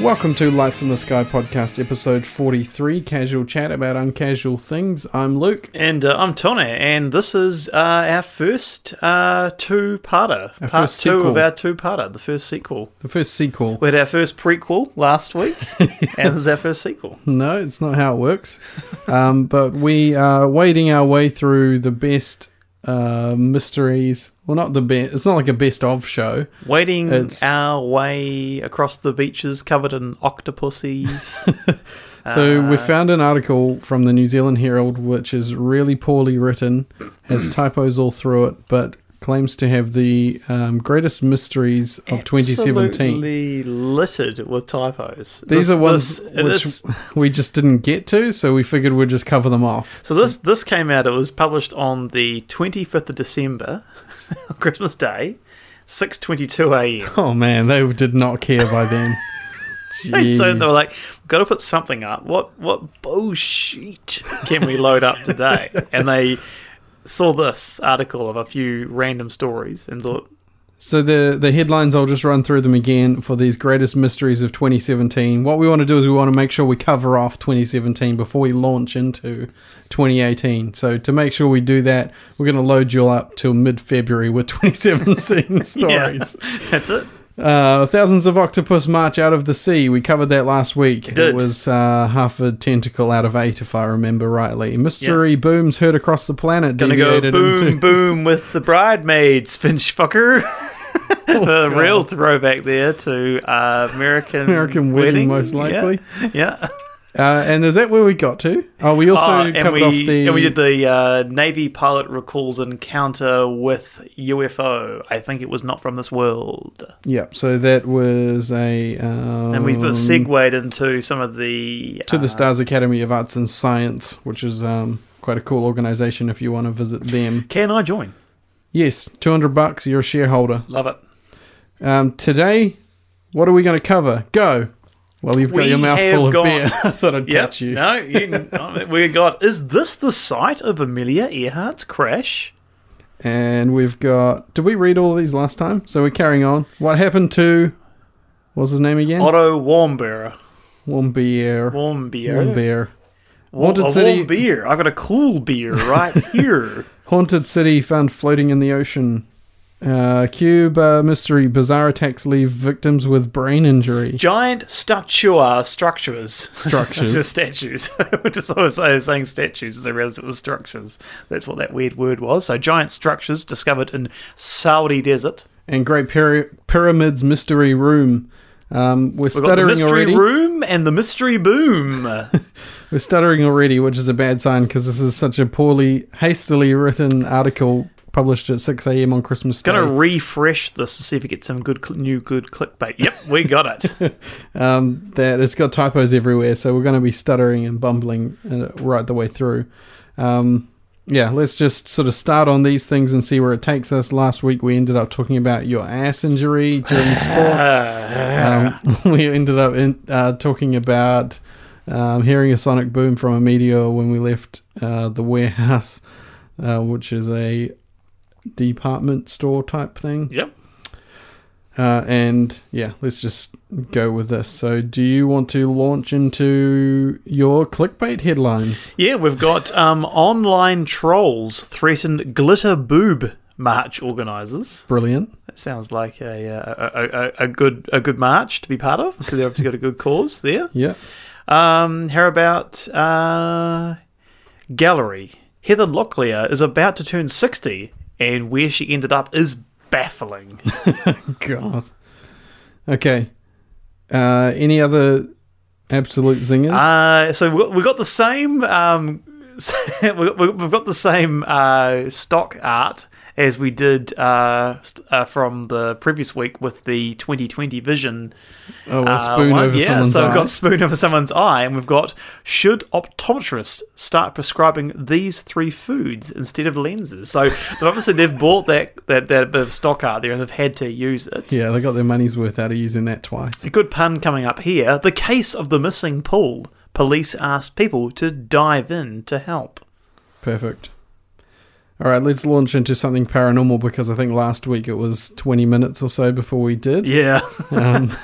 Welcome to Lights in the Sky podcast, episode 43 casual chat about uncasual things. I'm Luke. And uh, I'm Tony, and this is uh, our first uh, two-parter, Our part first two sequel. of our two-parter, the first sequel. The first sequel. We had our first prequel last week, and this is our first sequel. No, it's not how it works. um, but we are wading our way through the best uh, mysteries. Well, not the best. It's not like a best of show. Wading It's- our way across the beaches covered in octopuses. So we found an article from the New Zealand Herald, which is really poorly written, has typos all through it, but claims to have the um, greatest mysteries of 2017. Absolutely littered with typos. These This- are ones this- which this- we just didn't get to, so we figured we'd just cover them off. So this this came out. It was published on the twenty fifth of December, Christmas Day, six twenty two a.m. Oh man, they did not care by then. And so they were Jeez. like, "We've got to put something up. What what bullshit can we load up today?" and they saw this article of a few random stories and thought, So the the headlines, I'll just run through them again for these greatest mysteries of 2017. What we want to do is we want to make sure we cover off 2017 before we launch into 2018. So to make sure we do that, we're going to load you all up till mid February with 2017 stories. "Yeah, that's it." Uh, thousands of octopus march out of the sea. We covered that last week. did. It was uh, half a tentacle out of eight, if I remember rightly. Mystery booms heard across the planet. Gonna go deviated boom into- boom with the bridesmaids, finch fucker. Oh, a real throwback there to uh, American American Wedding, most Yeah, likely. yeah. Uh, and is that where we got to? Oh, we also Uh, covered and, we, off the. and we did the uh, Navy pilot recalls encounter with UFO. I think it was not from this world. Yep. So that was a. Um, And we've sort of segued into some of the. to the uh, Stars Academy of Arts and Science, which is um, quite a cool organization. If you want to visit them, Can I join? yes, two hundred bucks. You're a shareholder. Love it. Um, today, what are we going to cover? Go. Well, you've got We your mouth have full of got- beer. I thought I'd Yep. catch you. No, you, no, we got. Is this the site of Amelia Earhart's crash? And we've got. Did we read all these last time? So we're carrying on. What happened to? What was his name again? Otto Warmbier. One beer. One Warmbier. beer. Warm, Wanted a City- warm beer. I got a cool beer right here. Haunted city found floating in the ocean. Uh, Cuba mystery bizarre attacks leave victims with brain injury. giant statua structures. Structures. Just statues. Which is always I was saying statues as I realized it was structures. That's what that weird word was. So giant structures discovered in Saudi desert. And Great Pyra- Pyramids mystery room. Um, we're We've got the stuttering mystery already. room and the mystery boom. We're stuttering already, which is a bad sign because this is such a poorly, hastily written article published at 6 a.m. on Christmas Day. Gonna refresh this to see if we get some good cl- new good clickbait. Yep, we got it. um, that it's got typos everywhere, so we're going to be stuttering and bumbling uh, right the way through. Um, yeah, let's just sort of start on these things and see where it takes us. Last week we ended up talking about your ass injury during sports. Um, we ended up in, uh, talking about um, hearing a sonic boom from a meteor when we left uh, the warehouse, uh, which is a department store type thing. yep. Uh, and yeah, let's just go with this. So, do you want to launch into your clickbait headlines? Yeah, we've got um, online trolls threaten glitter boob march organisers. Brilliant. That sounds like a, uh, a, a, a good a good march to be part of. So they obviously got a good cause there. Yeah. Um, how about uh, gallery? Heather Locklear is about to turn sixty, and where she ended up is baffling. God. Okay. Uh, any other absolute zingers? Uh, so we- we've got the same. Um, we- we- we've got the same uh, stock art as we did uh, st- uh, from the previous week with the 2020 vision. oh, a uh, spoon one. over yeah, someone's so we've eye. got spoon over someone's eye, and we've got should optometrists start prescribing these three foods instead of lenses? So they've obviously they've bought that that that bit of stock art there, and they've had to use it. Yeah, they got their money's worth out of using that twice. A good pun coming up here. The case of the missing pool. Police asked people to dive in to help. Perfect. All right, let's launch into something paranormal because I think last week it was 20 minutes or so before we did. Yeah. Um,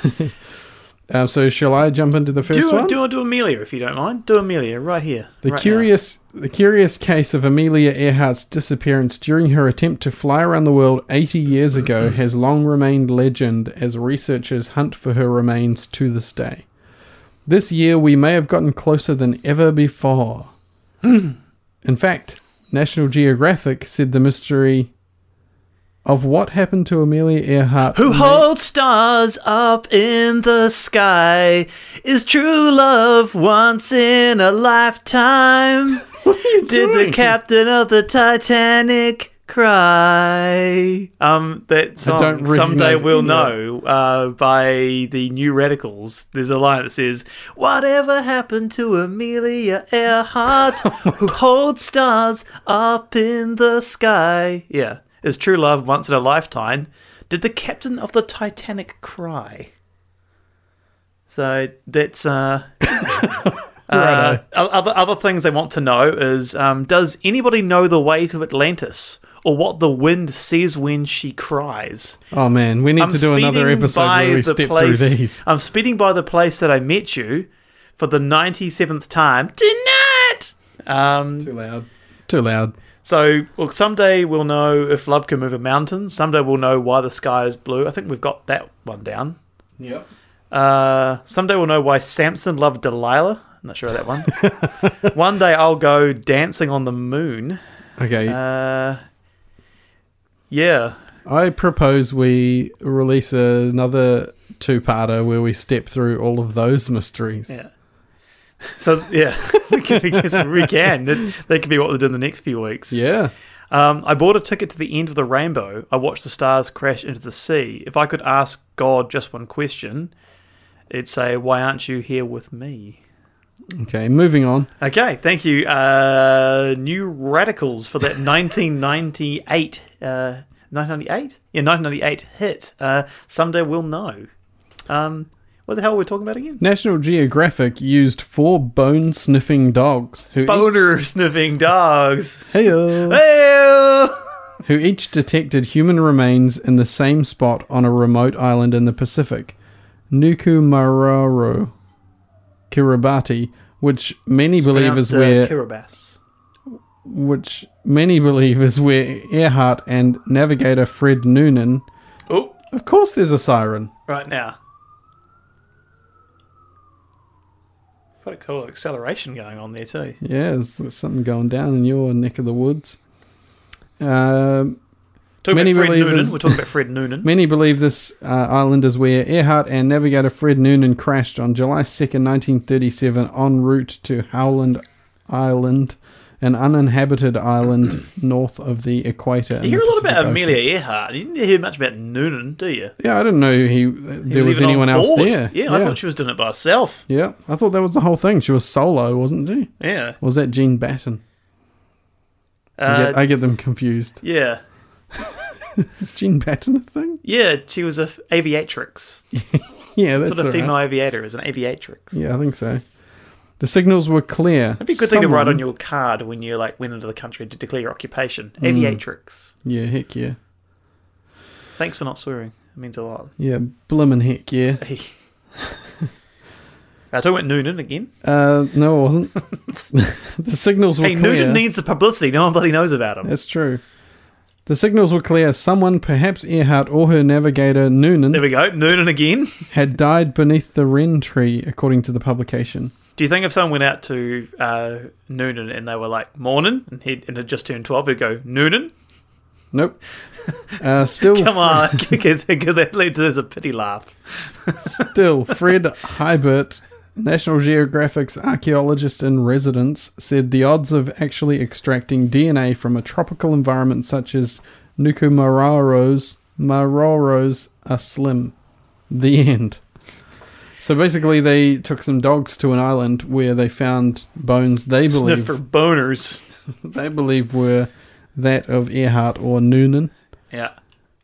Um, so shall I jump into the first Do one? do do Amelia if you don't mind. Do Amelia right here. The right now. curious the curious case of Amelia Earhart's disappearance during her attempt to fly around the world 80 years ago has long remained legend as researchers hunt for her remains to this day. This year we may have gotten closer than ever before. In fact, National Geographic said the mystery of what happened to Amelia Earhart Who holds stars up in the sky is true love once in a lifetime. Did the captain of the Titanic cry? Um, that I song don't someday recognize we'll any know uh, by the New Radicals. There's a line that says, "Whatever happened to Amelia Earhart, Oh who holds stars up in the sky?" Yeah, is true love once in a lifetime. Did the captain of the Titanic cry? So that's uh, uh, o- other other things they want to know is um, does anybody know the way to Atlantis or what the wind says when she cries? Oh man, we need to do another speeding episode by where we the step place- through these. I'm speeding by the place that I met you for the 97th time tonight. Um, Too loud. Too loud. so look, someday we'll know if love can move a mountain. Someday we'll know why the sky is blue. I think we've got that one down. Yep. Uh, someday we'll know why Samson loved Delilah. I'm not sure of that one. one day I'll go dancing on the moon. Okay. Uh, yeah. I propose we release another two-parter where we step through all of those mysteries. Yeah. So yeah, we can. We can. We can. That, that could be what we'll do in the next few weeks. Yeah. Um, I bought a ticket to the end of the rainbow. I watched the stars crash into the sea. If I could ask God just one question, it'd say, "Why aren't you here with me?" Okay, moving on. Okay, thank you, uh, New Radicals, for that 1998, uh, 1998, yeah, 1998 hit. Uh, someday we'll know. Um, what the hell are we talking about again? National Geographic used four bone-sniffing dogs who Boner sniffing dogs. each, Heyo. Hey! who each detected human remains in the same spot on a remote island in the Pacific, Nukumararo, Kiribati, which many believe is uh, where Kiribati. which many believe is where Earhart and navigator Fred Noonan. Oh, Of course, there's a siren. right now. What a cool acceleration going on there too. Yeah, there's, there's something going down in your neck of the woods. Um, Talking Many about Fred believers- Noonan. We're talking about Fred Noonan. many believe this uh, island is where Earhart and navigator Fred Noonan crashed on July 2nd, 1937, en route to Howland Island, an uninhabited island north of the equator. in You hear the a lot Pacific about Ocean. Amelia Earhart. You didn't hear much about Noonan, do you? Yeah, I didn't know he, there was, even on anyone else board. there. Yeah, I thought she was doing it by herself. yeah, I thought that was the whole thing. She was solo, wasn't she? Yeah. Or was that Gene Batten? I, Uh, get, I get them confused. yeah. Is Gene Batten a thing? Yeah, she was an aviatrix. Yeah, that's Sort of all right. female aviator is an aviatrix. Yeah, I think so. The signals were clear. That'd be a good thing to write on your card when you like went into the country to declare your occupation. Hmm. Aviatrix. Yeah, heck yeah. Thanks for not swearing. It means a lot. Yeah, blimmin' heck yeah. I talking about Noonan again. Uh, no, it wasn't. the signals were Hey, clear. Noonan needs the publicity. No one bloody knows about him. That's true. The signals were clear. Someone, perhaps Earhart or her navigator Noonan, There we go. Noonan again. had died beneath the wren tree, according to the publication. Do you think if someone went out to uh, Noonan and they were like morning and he'd and had just turned twelve, he'd go Noonan? Nope. Uh, still, Come on, because that leads to a pity laugh. Still, Fred Hybert, National Geographic's archaeologist in residence, said the odds of actually extracting DNA from a tropical environment such as Nukumararo's Mararo's are slim. The end. So basically, they took some dogs to an island where they found bones they Sniff believe for boners. they believe were that of Earhart or Noonan. Yeah,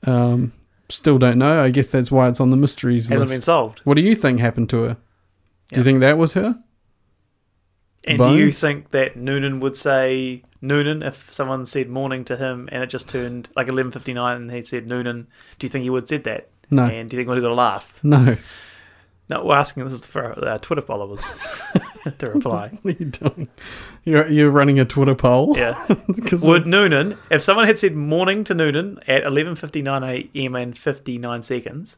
Um, still don't know. I guess that's why it's on the mysteries hasn't been list. solved. What do you think happened to her? Do Yeah. you think that was her? And do you Bones? think that Noonan would say Noonan if someone said morning to him and it just turned like eleven fifty nine and he said Noonan? Do you think he would have said that? No. And do you think he would have got a laugh? No. No, we're asking this is for our uh, Twitter followers to reply. What are you doing? You're, you're running a Twitter poll? Yeah. 'Cause Would Noonan, if someone had said morning to Noonan at 11.59 a.m. and 59 seconds,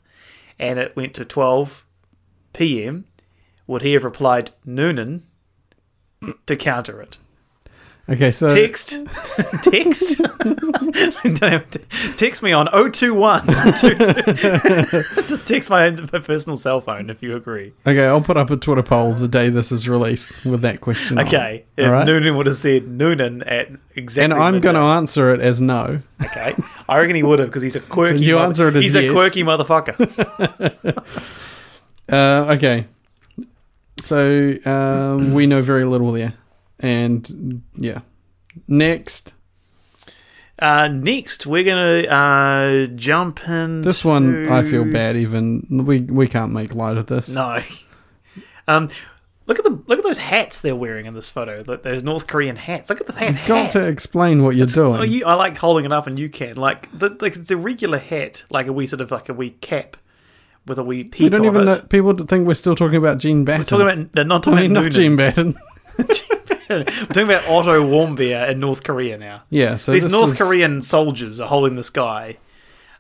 and it went to 12 p.m., would he have replied Noonan to counter it? Okay, so Text, text, Don't have to- text me on 021. Just text my, my personal cell phone if you agree. okay, I'll put up a Twitter poll the day this is released with that question. on. Okay, All if right? Noonan would have said Noonan at exactly, and I'm going to midnight. answer it as no. Okay, I reckon he would have because he's a quirky. You mother- answered as He's yes. a quirky motherfucker. Uh, okay. So um, we know very little there. And yeah. Next. Uh, next, we're gonna uh, jump in. This one, I feel bad even. We, we can't make light of this. No. Um, look at the look at those hats they're wearing in this photo. Th- Those North Korean hats. Look at the hat. Got to explain what you're doing. Oh, you, I like holding it up, and you can like the, like it's a regular hat, like a wee sort of like a wee cap with a wee peak. We don't on even it. know. People think we're still talking about Gene Batten. Talking about they're not talking I mean, about not Gene Noonan. Batten. We're talking about Otto Warmbier in North Korea now. Yeah. So These this North is- Korean soldiers are holding this guy,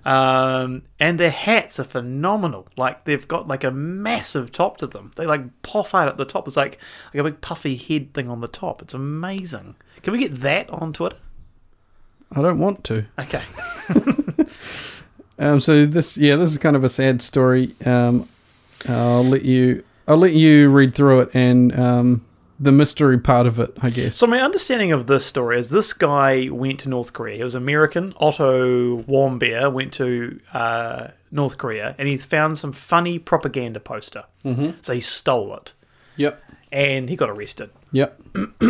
um, and their hats are phenomenal. Like they've got like a massive top to them. They like puff out at the top. It's like like a big puffy head thing on the top. It's amazing. Can we get that on Twitter? I don't want to. Okay. Um. So this, yeah, this is kind of a sad story. Um, I'll let you. I'll let you read through it and um, the mystery part of it, I guess. So my understanding of this story is this guy went to North Korea. He was American. Otto Warmbier went to uh, North Korea, and he found some funny propaganda poster. Mm-hmm. So he stole it, Yep. and he got arrested. Yep.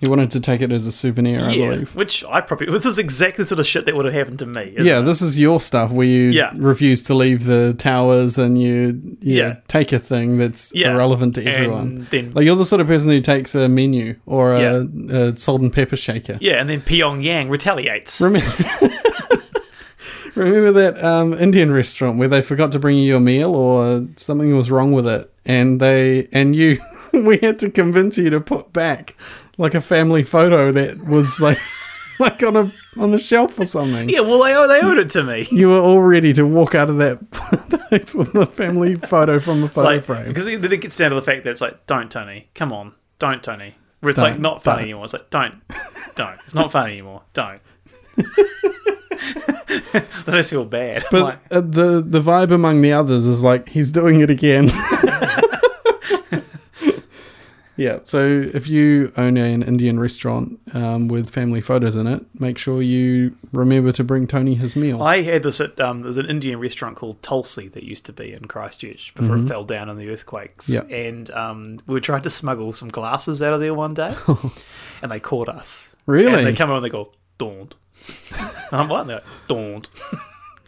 he wanted to take it as a souvenir, I believe. which I probably this is exactly the sort of shit that would have happened to me. isn't Yeah, it? this is your stuff where you Yeah. refuse to leave the towers and you, you Yeah. know, take a thing that's Yeah. irrelevant to And everyone. then- like you're the sort of person who takes a menu or a, a salt and pepper shaker. yeah, and then Pyongyang retaliates. Remember, remember that um, Indian restaurant where they forgot to bring you your meal or something was wrong with it, and they and you we had to convince you to put back like a family photo that was like like on a on a shelf or something. yeah, well they owe they owed it to me. You were all ready to walk out of that place with the family photo from the It's photo like frame. because it, it gets down to the fact that it's like, don't Tony, come on, don't Tony. Where it's like Don't, not funny don't. anymore. It's like don't, don't. It's not funny anymore. Don't. then I feel bad. I'm But like, uh, the the vibe among the others is like he's doing it again. yeah. So if you own an Indian restaurant um, with family photos in it, make sure you remember to bring Tony his meal. I had this at um, there's an Indian restaurant called Tulsi that used to be in Christchurch before it fell down in the earthquakes. Mm-hmm. Yeah. And um, we were trying to smuggle some glasses out of there one day, and they caught us. Really? And they come around and they go, "Don't." And I'm like, they're like, "Don't."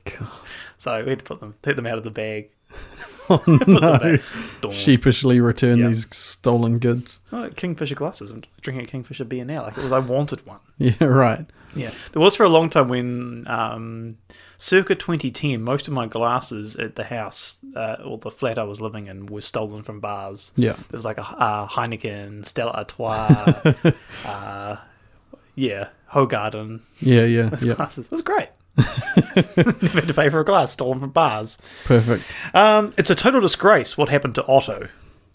so we had to put them, take them out of the bag. Oh, no. Don't. Sheepishly return Yeah. these stolen goods. Oh, Kingfisher glasses. I'm drinking a Kingfisher beer now. Like it was, I wanted one. Yeah. Right. Yeah, there was for a long time when, um, circa 2010, most of my glasses at the house uh, or the flat I was living in were stolen from bars. Yeah. There was like a uh, Heineken, Stella Artois, uh, yeah, Hogarden Yeah. Yeah. Yeah. glasses. It was great. Never had to pay for a glass stolen from bars. Perfect. Um, it's a total disgrace what happened to Otto.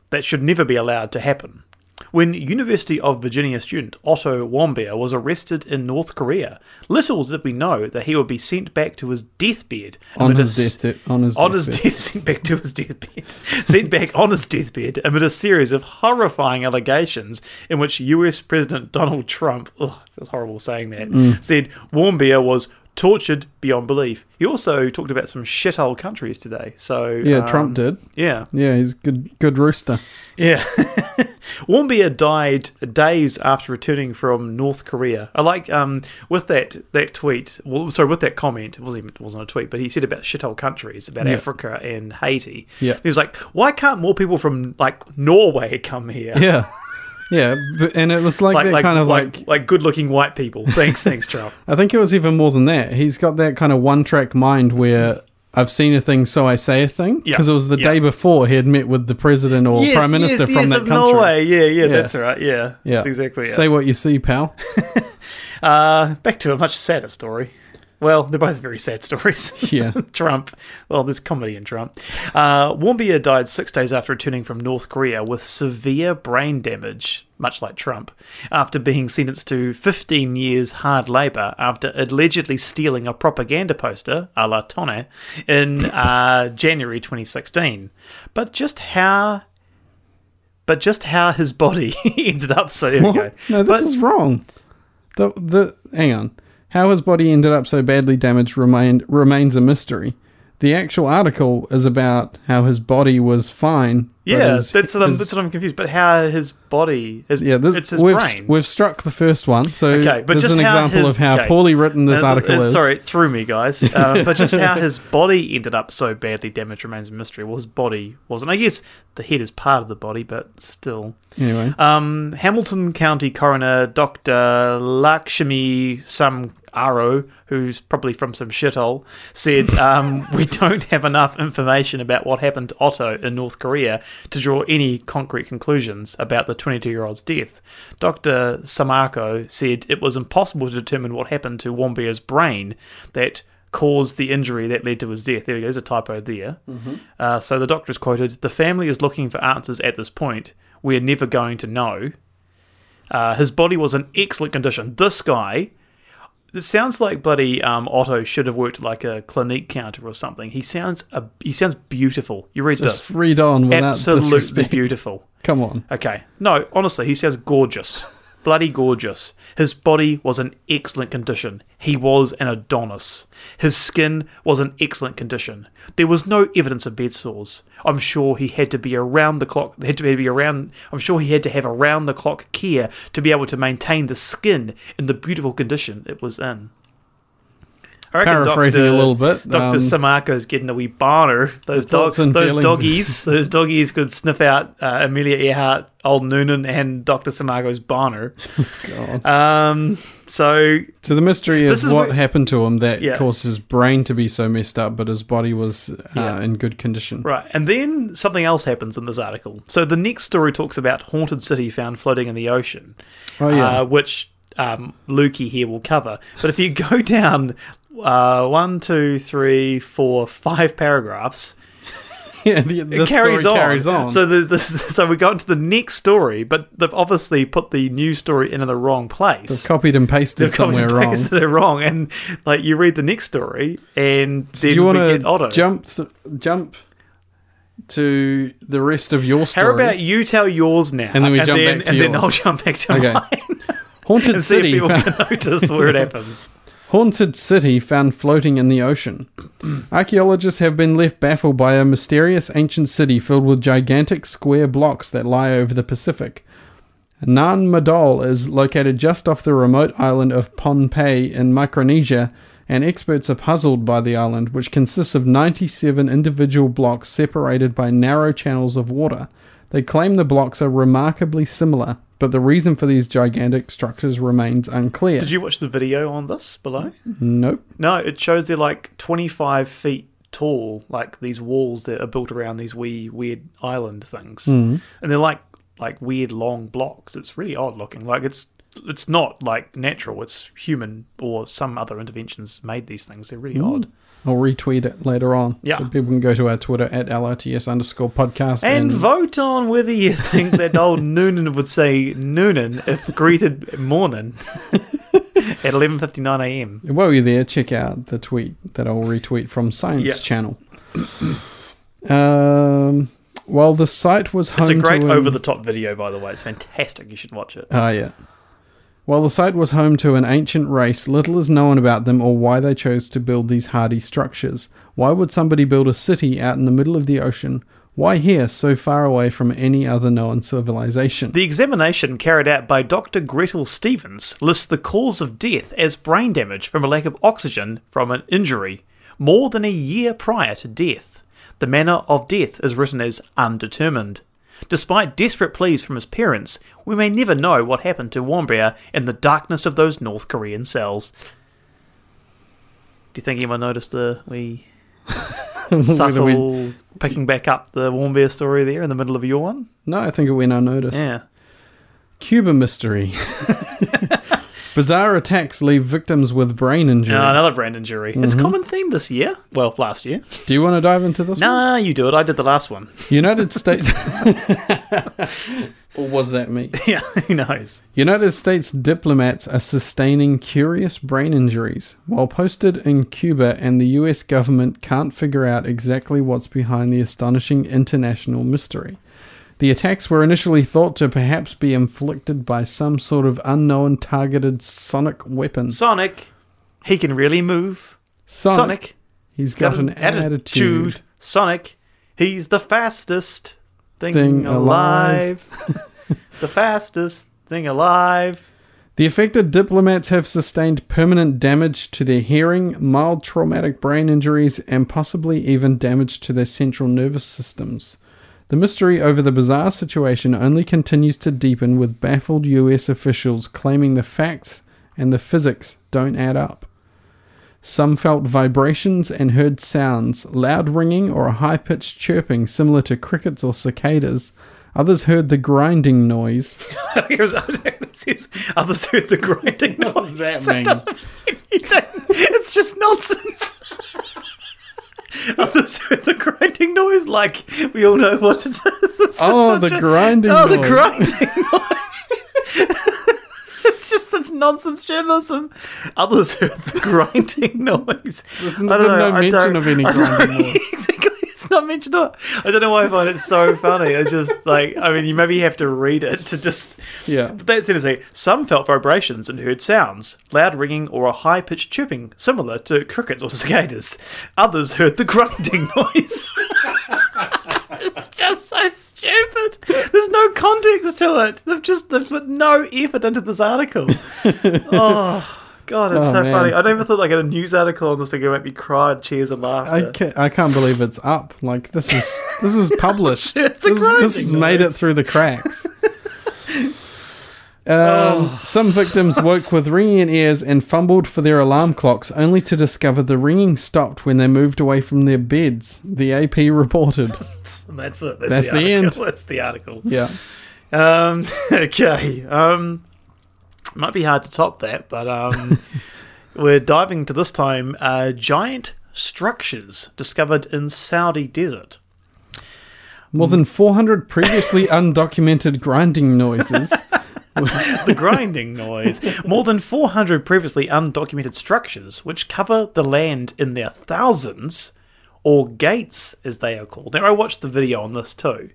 That should never be allowed to happen. When University of Virginia student Otto Warmbier was arrested in North Korea, little did we know that he would be sent back to his deathbed and On would his, as- death, on his on his deathbed. death, sent back to his deathbed, sent back on his deathbed amid a series of horrifying allegations in which U.S. President Donald Trump, ugh, it feels horrible saying that, Mm. said Warmbier was tortured beyond belief. He also talked about some shithole countries today. So Yeah. um, Trump did. Yeah, Yeah. He's a good. Good rooster. yeah. Warmbier died days after returning from North Korea. I like um with that that tweet. Well, sorry, with that comment, it wasn't even, it wasn't a tweet, but he said about shithole countries, about Yeah. Africa and Haiti. Yeah. he was like, why can't more people from like Norway come here? Yeah. Yeah, but, and it was like, Like, that like, kind of like, like, good-looking white people. Thanks, thanks, Trump. I think it was even more than that. He's got that kind of one track mind where I've seen a thing, so I say a thing. Yeah. Because it was the Yeah. day before he had met with the president or prime minister yes, from yes, that of country. Norway. Yeah, yeah, Yeah. that's right. Yeah, Yeah. that's exactly. it. Say what you see, pal. Uh, back to a much sadder story. Well, they're both very sad stories. Yeah. Trump. Well, there's comedy in Trump. Uh, Wambia died six days after returning from North Korea with severe brain damage, much like Trump, after being sentenced to 15 years hard labor after allegedly stealing a propaganda poster, a la Tone, in uh, January 2016. But just how. But just how his body ended up so there we What? go. No, this But- is wrong. The the hang on. How his body ended up so badly damaged remained remains a mystery. The actual article is about how his body was fine. but Yeah, his- that's what I'm, his- that's what I'm confused. But how his body, his, yeah. This, it's his we've, brain. We've struck the first one, so Okay, but this is just an how example his- of how okay. poorly written this Uh, article uh, is. Sorry, it threw me, guys. Uh, but just how his body ended up so badly damaged remains a mystery. Well, his body wasn't. I guess the head is part of the body, but still. Anyway, Um, Hamilton County Coroner Dr. Lakshmi Samaro, who's probably from some shithole, said, um, We don't have enough information about what happened to Otto in North Korea to draw any concrete conclusions about the 22 year old's death. Dr. Samako said it was impossible to determine what happened to Wambia's brain that caused the injury that led to his death. There we go, there's a typo there. Uh, so the doctor is quoted The family is looking for answers at this point. We're never going to know. Uh, his body was in excellent condition. This guy. It sounds like bloody um, Otto should have worked at like a clinique counter or something. He sounds a, he sounds beautiful. You read just this, read on without absolutely disrespect. beautiful. Come on. Okay. No, honestly, he sounds gorgeous. Bloody gorgeous. His body was in excellent condition. He was an Adonis. His skin was in excellent condition. There was no evidence of bed sores. I'm sure he had to be around the clock. Had to be around. I'm sure he had to have around the clock care to be able to maintain the skin in the beautiful condition it was in. I reckon Paraphrasing a Dr. little bit, Doctor um, Samako's getting a wee barner. Those dogs, thoughts those and feelings. doggies, those doggies could sniff out uh, Amelia Earhart, old Noonan, and Doctor Samago's barner. God. Um, so Uh, So the mystery This is, is what where- happened to him that Yeah. caused his brain to be so messed up, but his body was uh, Yeah. in good condition. Right, and then something else happens in this article. So the next story talks about haunted city found floating in the ocean, Oh, yeah. uh, which um, Lukey here will cover. But if you go down uh, one, two, three, four, five paragraphs, Yeah, the, this carries, story on. carries on. So the, the so we go into the next story, but they've obviously put the news story in the wrong place. copied and pasted copied somewhere and wrong. pasted it wrong, and like you read the next story, and then Do you want we get Otto. to jump th- jump to the rest of your story? How about you tell yours now, And then we jump then, back to and then yours. I'll jump back to Okay. mine Haunted and see if City? people can notice where it happens. Haunted city found floating in the ocean. Archaeologists have been left baffled by a mysterious ancient city filled with gigantic square blocks that lie over the Pacific. Nan Madol is located just off the remote island of Pohnpei in Micronesia, and experts are puzzled by the island, which consists of 97 individual blocks separated by narrow channels of water. They claim the blocks are remarkably similar, but the reason for these gigantic structures remains unclear. Did you watch the video on this below? nope. No, it shows they're like 25 feet tall, like these walls that are built around these wee weird island things, and they're like like weird long blocks. It's really odd looking. Like it's it's not like natural. It's human or some other interventions made these things. They're really odd. I'll retweet it later on. Yeah. So people can go to our Twitter at LRTS underscore podcast. And vote on whether you think that old Noonan would say Noonan if greeted morning at 11:59 a.m. while you're there, check out the tweet that I'll retweet from Science Yeah. Channel. um, while the site was home It's a great to an- over-the-top video, by the way. It's fantastic. You should watch it. Ah, yeah. While the site was home to an ancient race, little is known about them or why they chose to build these hardy structures. Why would somebody build a city out in the middle of the ocean? Why here, so far away from any other known civilization? The examination carried out by Dr. Gretel Stevens lists the cause of death as brain damage from a lack of oxygen from an injury more than a year prior to death. The manner of death is written as undetermined. Despite desperate pleas from his parents, we may never know what happened to Wambria in the darkness of those North Korean cells. Do you think anyone noticed the we Whether subtle we- picking back up the warm bear story there in the middle of your one. no, I think it went unnoticed. Yeah. Cuba mystery. Bizarre attacks leave victims with brain injury. Uh, another brand injury. It's Mm-hmm. a common theme this year. Well, last year. Do you want to dive into this? one? Nah, you do it. I did the last one. United States. or was that me? yeah, who knows? United States diplomats are sustaining curious brain injuries while posted in Cuba, and the US government can't figure out exactly what's behind the astonishing international mystery. The attacks were initially thought to perhaps be inflicted by some sort of unknown targeted sonic weapon. Sonic, he can really move. Sonic, Sonic, he's got, an attitude. Sonic, he's the fastest thing, Thing alive. alive. the fastest thing alive. The affected diplomats have sustained permanent damage to their hearing, mild traumatic brain injuries, and possibly even damage to their central nervous systems. The mystery over the bizarre situation only continues to deepen with baffled US officials claiming the facts and the physics don't add up. Some felt vibrations and heard sounds, loud ringing or a high pitched chirping similar to crickets or cicadas. Others heard the grinding noise. Here's- this is- Others heard the grinding noise. What that mean? it's just nonsense. Others heard the grinding noise, like we all know what it is. It's just Oh, such the a- grinding Oh, the noise. grinding noise. it's just such nonsense journalism. Others heard the grinding noise. There's n- been no mention of any grinding noise. Exactly. It's not mentioned at all. I don't know why I find it so funny. It's just like, I mean, you maybe have to read it to just. Yeah. But that's interesting. Some felt vibrations and heard sounds, loud ringing or a high pitched chirping, similar to crickets or cicadas. Others heard the grinding noise. it's just so stupid. There's no context to it. They've just they've put no effort into this article. oh God, it's Oh, so man. funny. I never thought I'd get a news article on this thing that would make me cry and cheers and I laughter. can't, I can't believe it's up. Like this is this is published. It's this, the is- this has grinding made it noise. through the cracks. Um, Oh. Some victims woke with ringing ears and fumbled for their alarm clocks, only to discover the ringing stopped when they moved away from their beds. The AP reported. And that's it. That's That's, the, the article. That's the article. Yeah, Um, okay. Um, might be hard to top that, but um, we're diving to this time uh, giant structures discovered in Saudi desert. more than 400 previously undocumented grinding noises. The grinding noise. More than 400 previously undocumented structures, which cover the land in their thousands, or gates as they are called. Now, I watched the video on this too.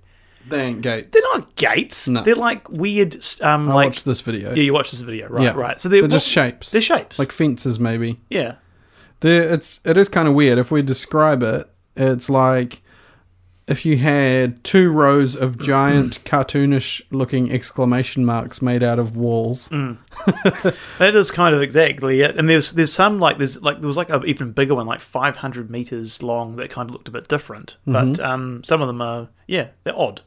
They ain't gates. They're not gates. No. They're like weird. Um, I like watched this video. yeah, you watch this video, right? Yeah. Right. So they're, they're, just what- shapes. They're shapes. like fences, maybe. yeah. There, it's it is kind of weird if we describe it. It's like if you had two rows of giant cartoonish-looking exclamation marks made out of walls. Mm. That is kind of exactly it. And there's there's some like there's like there was like a even bigger one like 500 meters long that kind of looked a bit different. But um, some of them are yeah they're odd,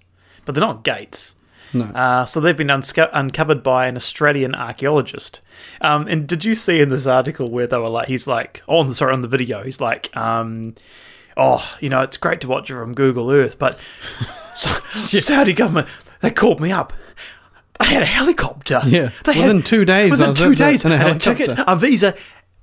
but they're not gates. No. Uh, so they've been unsco- uncovered by an Australian archaeologist. Um, and did you see in this article where they were like he's like oh on sorry on the video he's like um, oh you know it's great to watch it from Google Earth but so, Saudi government they called me up. I had a helicopter. Yeah. They Within two days, I Within was two at the- days, in a and a ticket, helicopter. a visa,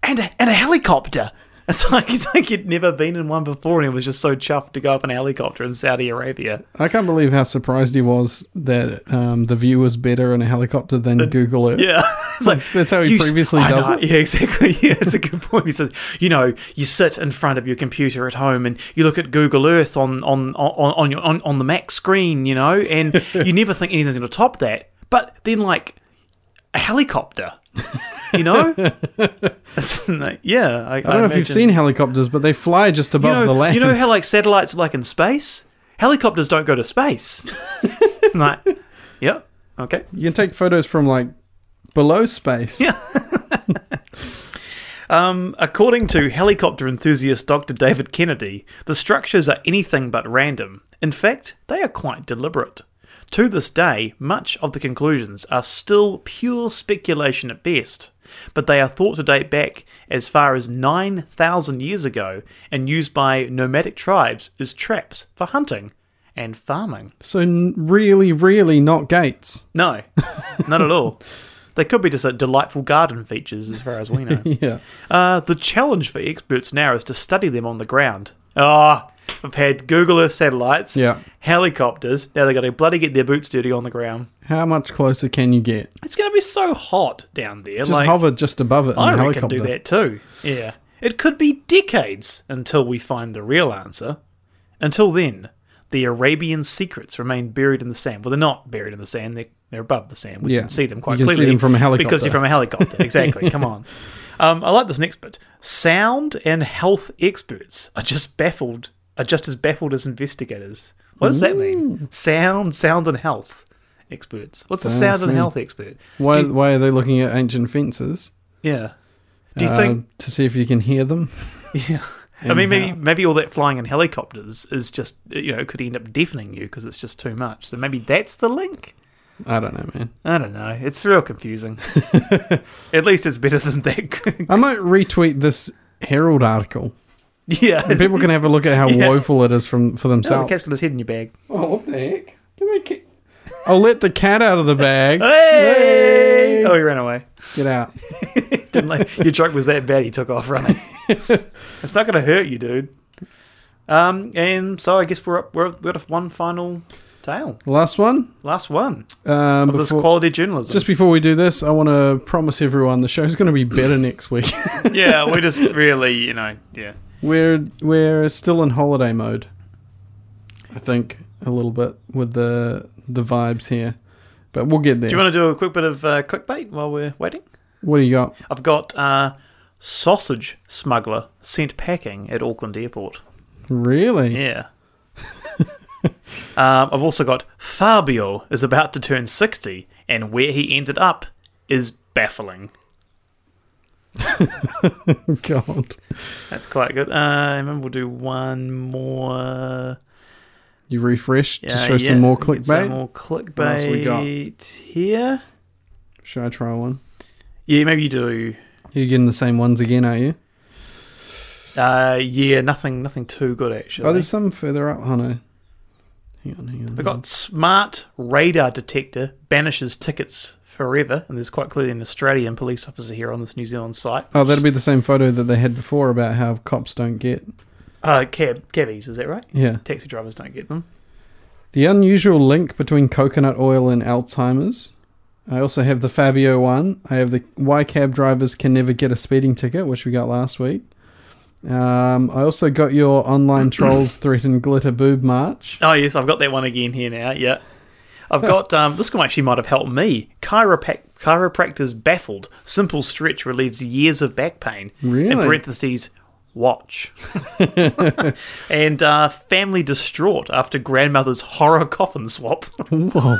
and a, and a helicopter. It's like it's like you'd never been in one before, and it was just so chuffed to go up in a helicopter in Saudi Arabia. I can't believe how surprised he was that um, the view was better in a helicopter than Google Earth. Uh, Yeah, it's like That's how he you s- previously I does know. it. Yeah, exactly. Yeah, it's a good point. He says, you know, you sit in front of your computer at home and you look at Google Earth on on on on your, on, on the Mac screen, you know, and you never think anything's going to top that. But then, like a helicopter, you know, It's like- yeah. I, I don't know if you've seen helicopters, but they fly just above you know, the land. You know how like satellites are like in space? Helicopters don't go to space. I'm like, yep. Okay. you can take photos from like below space. Yeah. Um, according to helicopter enthusiast Dr. David Kennedy, the structures are anything but random. In fact, they are quite deliberate. To this day, much of the conclusions are still pure speculation at best, but they are thought to date back as far as 9,000 years ago and used by nomadic tribes as traps for hunting and farming. So n- really, really not gates. No, not at all. They could be just like delightful garden features, as far as we know. Yeah. Uh, the challenge for experts now is to study them on the ground. Ah, I've had Google Earth satellites, Yeah. helicopters. Now they got to bloody get their boots dirty on the ground. How much closer can you get? It's going to be so hot down there. Just like, hover just above it in I the reckon helicopter. do that too. Yeah, it could be decades until we find the real answer. Until then, the Arabian secrets remain buried in the sand. Well, they're not buried in the sand; they're, they're above the sand. We Yeah. can see them quite You can see clearly them from a because helicopter. you're from a helicopter. Exactly. Come on. Um, I like this next bit. Sound and health experts are just baffled. Are just as baffled as investigators. What does that mean? Sound, sound, and health experts. What's a sound Sounds and me. health expert? Why, Do you- why are they looking at ancient fences? yeah. Do you Uh, think to see if you can hear them? Yeah. I mean, maybe maybe all that flying in helicopters is just you know it could end up deafening you because it's just too much. So maybe that's the link. I don't know, man. I don't know. It's real confusing. At least it's better than that. I might retweet this Herald article. yeah. And people can have a look at how Yeah. woeful it is from for Oh, the themselves. cat's got his head in your bag. Oh, what the heck? Can I ki- I'll let the cat out of the bag. Hey! Hey! Oh, he ran away. Get out. Didn't like, your joke was that bad. He took off running. it's not going to hurt you, dude. Um, and so I guess we're up. We're up, we've got one final tale. Last one. Last one. Um, Of this before- quality journalism. just before we do this, I want to promise everyone the show's going to be better next week. yeah, we just really, you know, yeah. we're we're still in holiday mode. I think a little bit with the the vibes here, but we'll get there. Do you want to do a quick bit of uh, clickbait while we're waiting? what do you got? I've got uh, sausage smuggler sent packing at Auckland Airport. Really? Yeah. um, I've also got Fabio is about to turn 60, and where he ended up is baffling. God, That's quite good. Uh, and then we'll do one more. you refreshed to Uh, show yeah, some more we can get some clickbait. more else we got? clickbait here. Should I try one? Yeah, maybe you do. You're getting the same ones again, aren't you? Uh, yeah, nothing, nothing too good actually. Oh, there's some further up, Hano. Hang on, hang on. I got smart radar detector banishes tickets forever, and there's quite clearly an Australian police officer here on this New Zealand site. Oh, that'll be the same photo that they had before about how cops don't get. Uh, cab cabbies, is that right? Yeah. Taxi drivers don't get them. The unusual link between coconut oil and Alzheimer's. I also have the Fabio one. I have the why cab drivers can never get a speeding ticket, which we got last week. Um, I also got your online trolls threaten glitter boob march. Oh yes, I've got that one again here now. Yeah, I've got um, this one actually might have helped me. Chiropac- chiropractors baffled. Simple stretch relieves years of back pain. In Really? parentheses, watch. and uh, family distraught after grandmother's horror coffin swap. Whoa.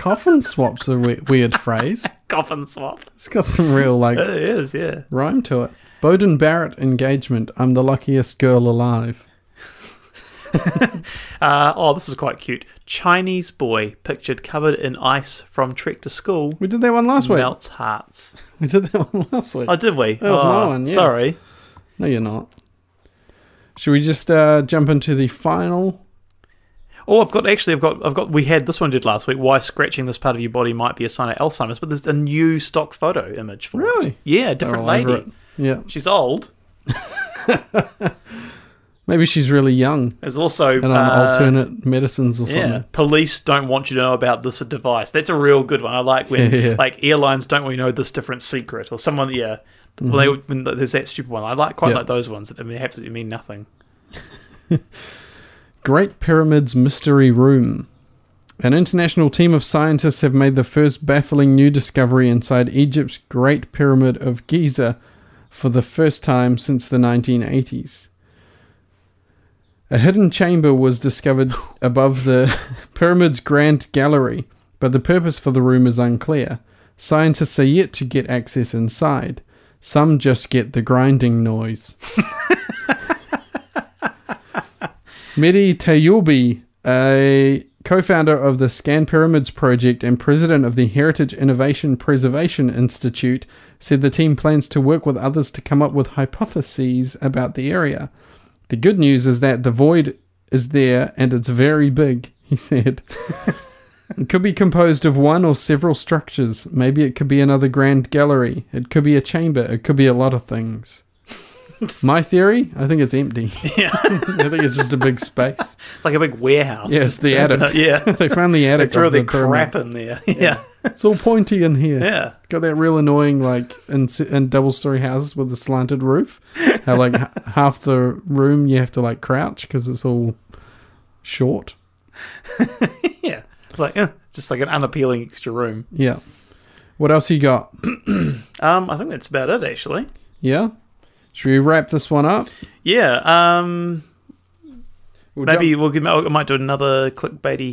Coffin swaps a we- weird phrase. coffin swap. It's got some real like It is, yeah. rhyme to it. Bowden Barrett engagement. I'm the luckiest girl alive. Uh, oh, this is quite cute. Chinese boy pictured covered in ice from trek to school We did that one last week. melts hearts. We did that one last week. Oh, did we? That was oh, my one, yeah. Sorry. No, you're not. Should we just uh, jump into the final? Oh, I've got actually, I've got, I've got. We had this one did last week. Why scratching this part of your body might be a sign of Alzheimer's, but there's a new stock photo image for it. Really? Yeah, a different They're all over lady. it. Yeah. She's old. Maybe she's really young There's also and on uh, alternate medicines or Yeah, something. police don't want you to know about this device. That's a real good one. I like when Yeah. like airlines don't want you to know this different secret or someone. Yeah, Well, they, when there's that stupid one. I like quite Mm-hmm. Yeah. like those ones that I mean, absolutely mean nothing. Great Pyramids Mystery Room. An international team of scientists have made the first baffling new discovery inside Egypt's Great Pyramid of Giza for the first time since the 1980s. A hidden chamber was discovered above the pyramid's grand gallery, but the purpose for the room is unclear. Scientists are yet to get access inside. Some just get the grinding noise. Mehdi Tayubi, a co founder of the Scan Pyramids Project and president of the Heritage Innovation Preservation Institute, said the team plans to work with others to come up with hypotheses about the area. The good news is that the void is there and it's very big, he said. It could be composed of one or several structures. Maybe it could be another grand gallery. It could be a chamber. It could be a lot of things. My theory? I think it's empty. Yeah. I think it's just a big space. like a big warehouse. Yes, the attic. Yeah. They found the They attic. throw of their pyramid. crap in there. Yeah. It's all pointy in here. Yeah. Got that real annoying, like in, in double story houses with a slanted roof. How like h- half the room you have to like crouch because it's all short. Yeah. It's like, eh, just like an unappealing extra room. Yeah. What else you got? Um, I think that's about it, actually. Yeah. Should we wrap this one up? Yeah. Um, We'll maybe jump- we'll give, I might do another clickbaity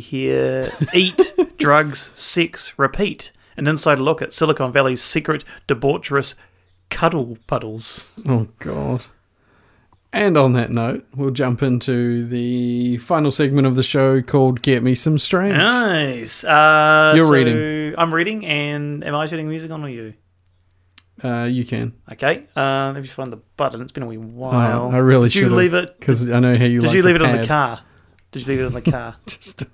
here. Eat, drugs, sex, repeat. An inside look at Silicon Valley's secret debaucherous cuddle puddles. Oh God. And on that note, we'll jump into the final segment of the show called "Get Me Some Strange." Ah. Nice. Uh, You're so reading. I'm reading, and am I turning music on or you? Uh, you can Okay. Uh, let me find the button. It's been a wee while. Oh, I really Did you should've, leave it? because I know how you Did like you to leave it in the pad. car? Did you leave it in the car? Just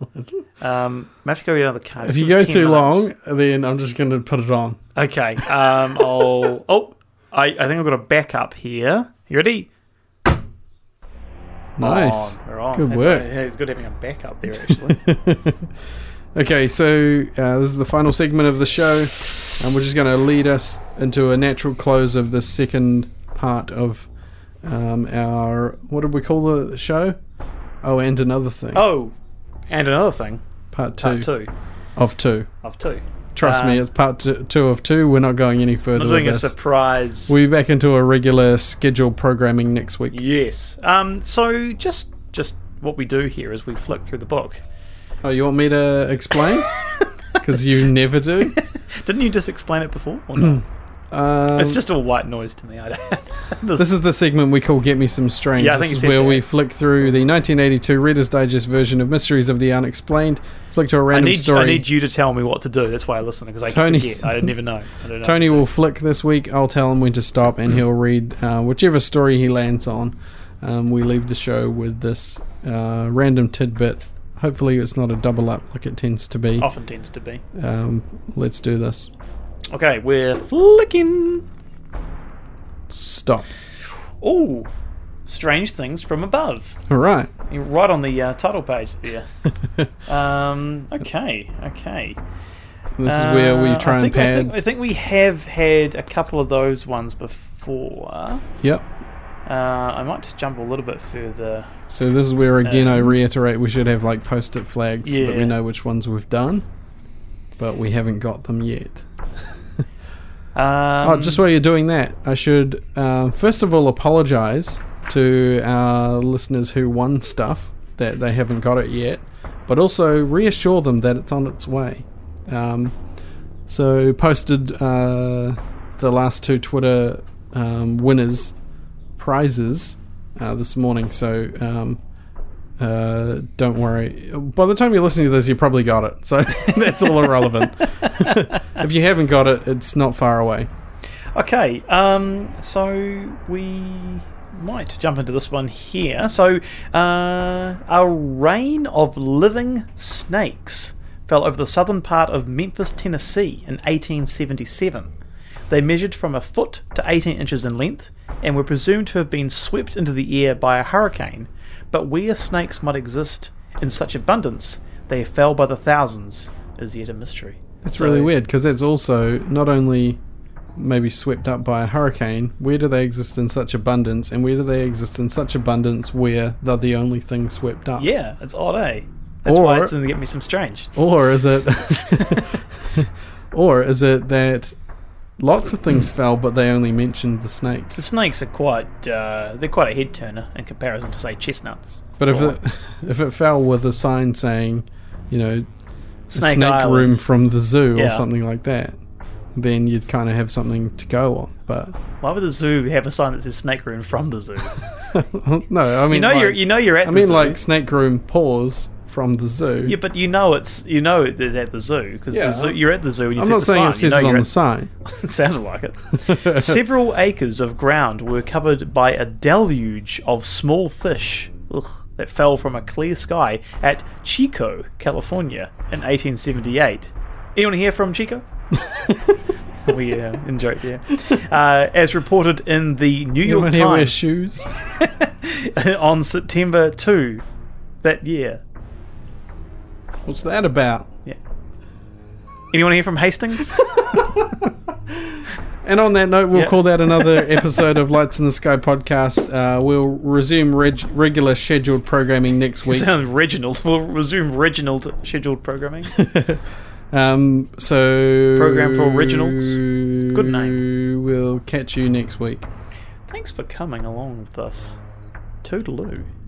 um, I have to go get another car. if Just you give go us 10 too minutes. long, then I'm just going to put it on. Okay. Um, I'll. Oh, I, I think I've got a backup here. You ready? Nice. Oh, we're on. Good Hey, work. hey, It's good having a backup there, actually. Okay, so uh, this is the final segment of the show, and we're just going to lead us into a natural close of the second part of um, our what did we call the show? Oh, and another thing. oh, and another thing. part, two Part two of two. of two. Trust me, Um, it's part two, two of two. We're not going any further. I'm doing a with this. surprise. we'll be back into a regular scheduled programming next week. Yes. Um. So just just what we do here is we flick through the book. Oh, you want me to explain? Because you never do. Didn't you just explain it before? Or no? Um, it's just all white noise to me. I don't. This is the segment we call "Get Me Some Strange." Yeah, I this think you is said where that. we flick through the 1982 Reader's Digest version of Mysteries of the Unexplained, flick to a I random need story. I need you to tell me what to do. That's why I listen because I Tony- Tony, forget. I never know. I don't know. Tony will flick this week. I'll tell him when to stop, and he'll read uh, whichever story he lands on. Um, we leave the show with this uh, random tidbit. Hopefully, it's not a double up like it tends to be. often tends to be. Um, let's do this. Okay, we're flicking. Stop. Oh, strange things from above. All right. You're right on the uh, title page there. um. Okay. Okay. This is where we Uh, try I and think, I pad. think, I think we have had a couple of those ones before. Yep. Uh, I might just jump a little bit further. So this is where again I Um, reiterate we should have like post-it flags so that we Yeah. know which ones we've done, but we haven't got them yet. Um, oh, just while you're doing that, I should um, first of all apologise to our listeners who won stuff that they haven't got it yet, but also reassure them that it's on its way. Um, so posted uh, the last two Twitter um, winners prizes uh, this morning. So um, uh, don't worry. By the time you're listening to this, you probably got it. So that's all irrelevant. if you haven't got it, it's not far away. Okay, um, so we might jump into this one here. So, uh, a rain of living snakes fell over the southern part of Memphis, Tennessee in 1877. They measured from a foot to 18 inches in length and were presumed to have been swept into the air by a hurricane. But where snakes might exist in such abundance, they fell by the thousands, is yet a mystery. That's So- really weird because that's also not only maybe swept up by a hurricane. Where do they exist in such abundance, and where do they exist in such abundance where they're the only thing swept up? Yeah, it's odd, eh? That's why Or- it's going to get me some strange. Or is it? or is it that lots of things fell, but they only mentioned the The snakes? snakes are quite uh, they're quite a head turner in comparison to say chestnuts. But if Or it, if it fell with a sign saying, you know, snake, Snake snake Island. room from the zoo Yeah. or something like that, then you'd kind of have something to go on. But why would the zoo have a sign that says snake room from the zoo? no, I mean, You know like, you're you know you're at I the mean, zoo. like snake room pause from the zoo. Yeah, but you know it's you know it's at the zoo because Yeah. you're at the zoo. And you I'm see not the saying sign, it says you know it on you're the at- sign. It sounded like it. Several acres of ground were covered by a deluge of small fish ugh, that fell from a clear sky at Chico, California, in 1878. Anyone here from Chico? we uh, in joke there. Uh, as reported in the New You York want to wear Times shoes? on September 2 that year. What's that about? Yeah. Anyone here from Hastings? And on that note, we'll Yeah. call that another episode of Lights in the Sky podcast. Uh, we'll resume reg- regular scheduled programming next week. Sounds Reginald. We'll resume Reginald scheduled programming. Um, so Program for originals. Good name. We'll catch you next week. Thanks for coming along with us. Toodaloo.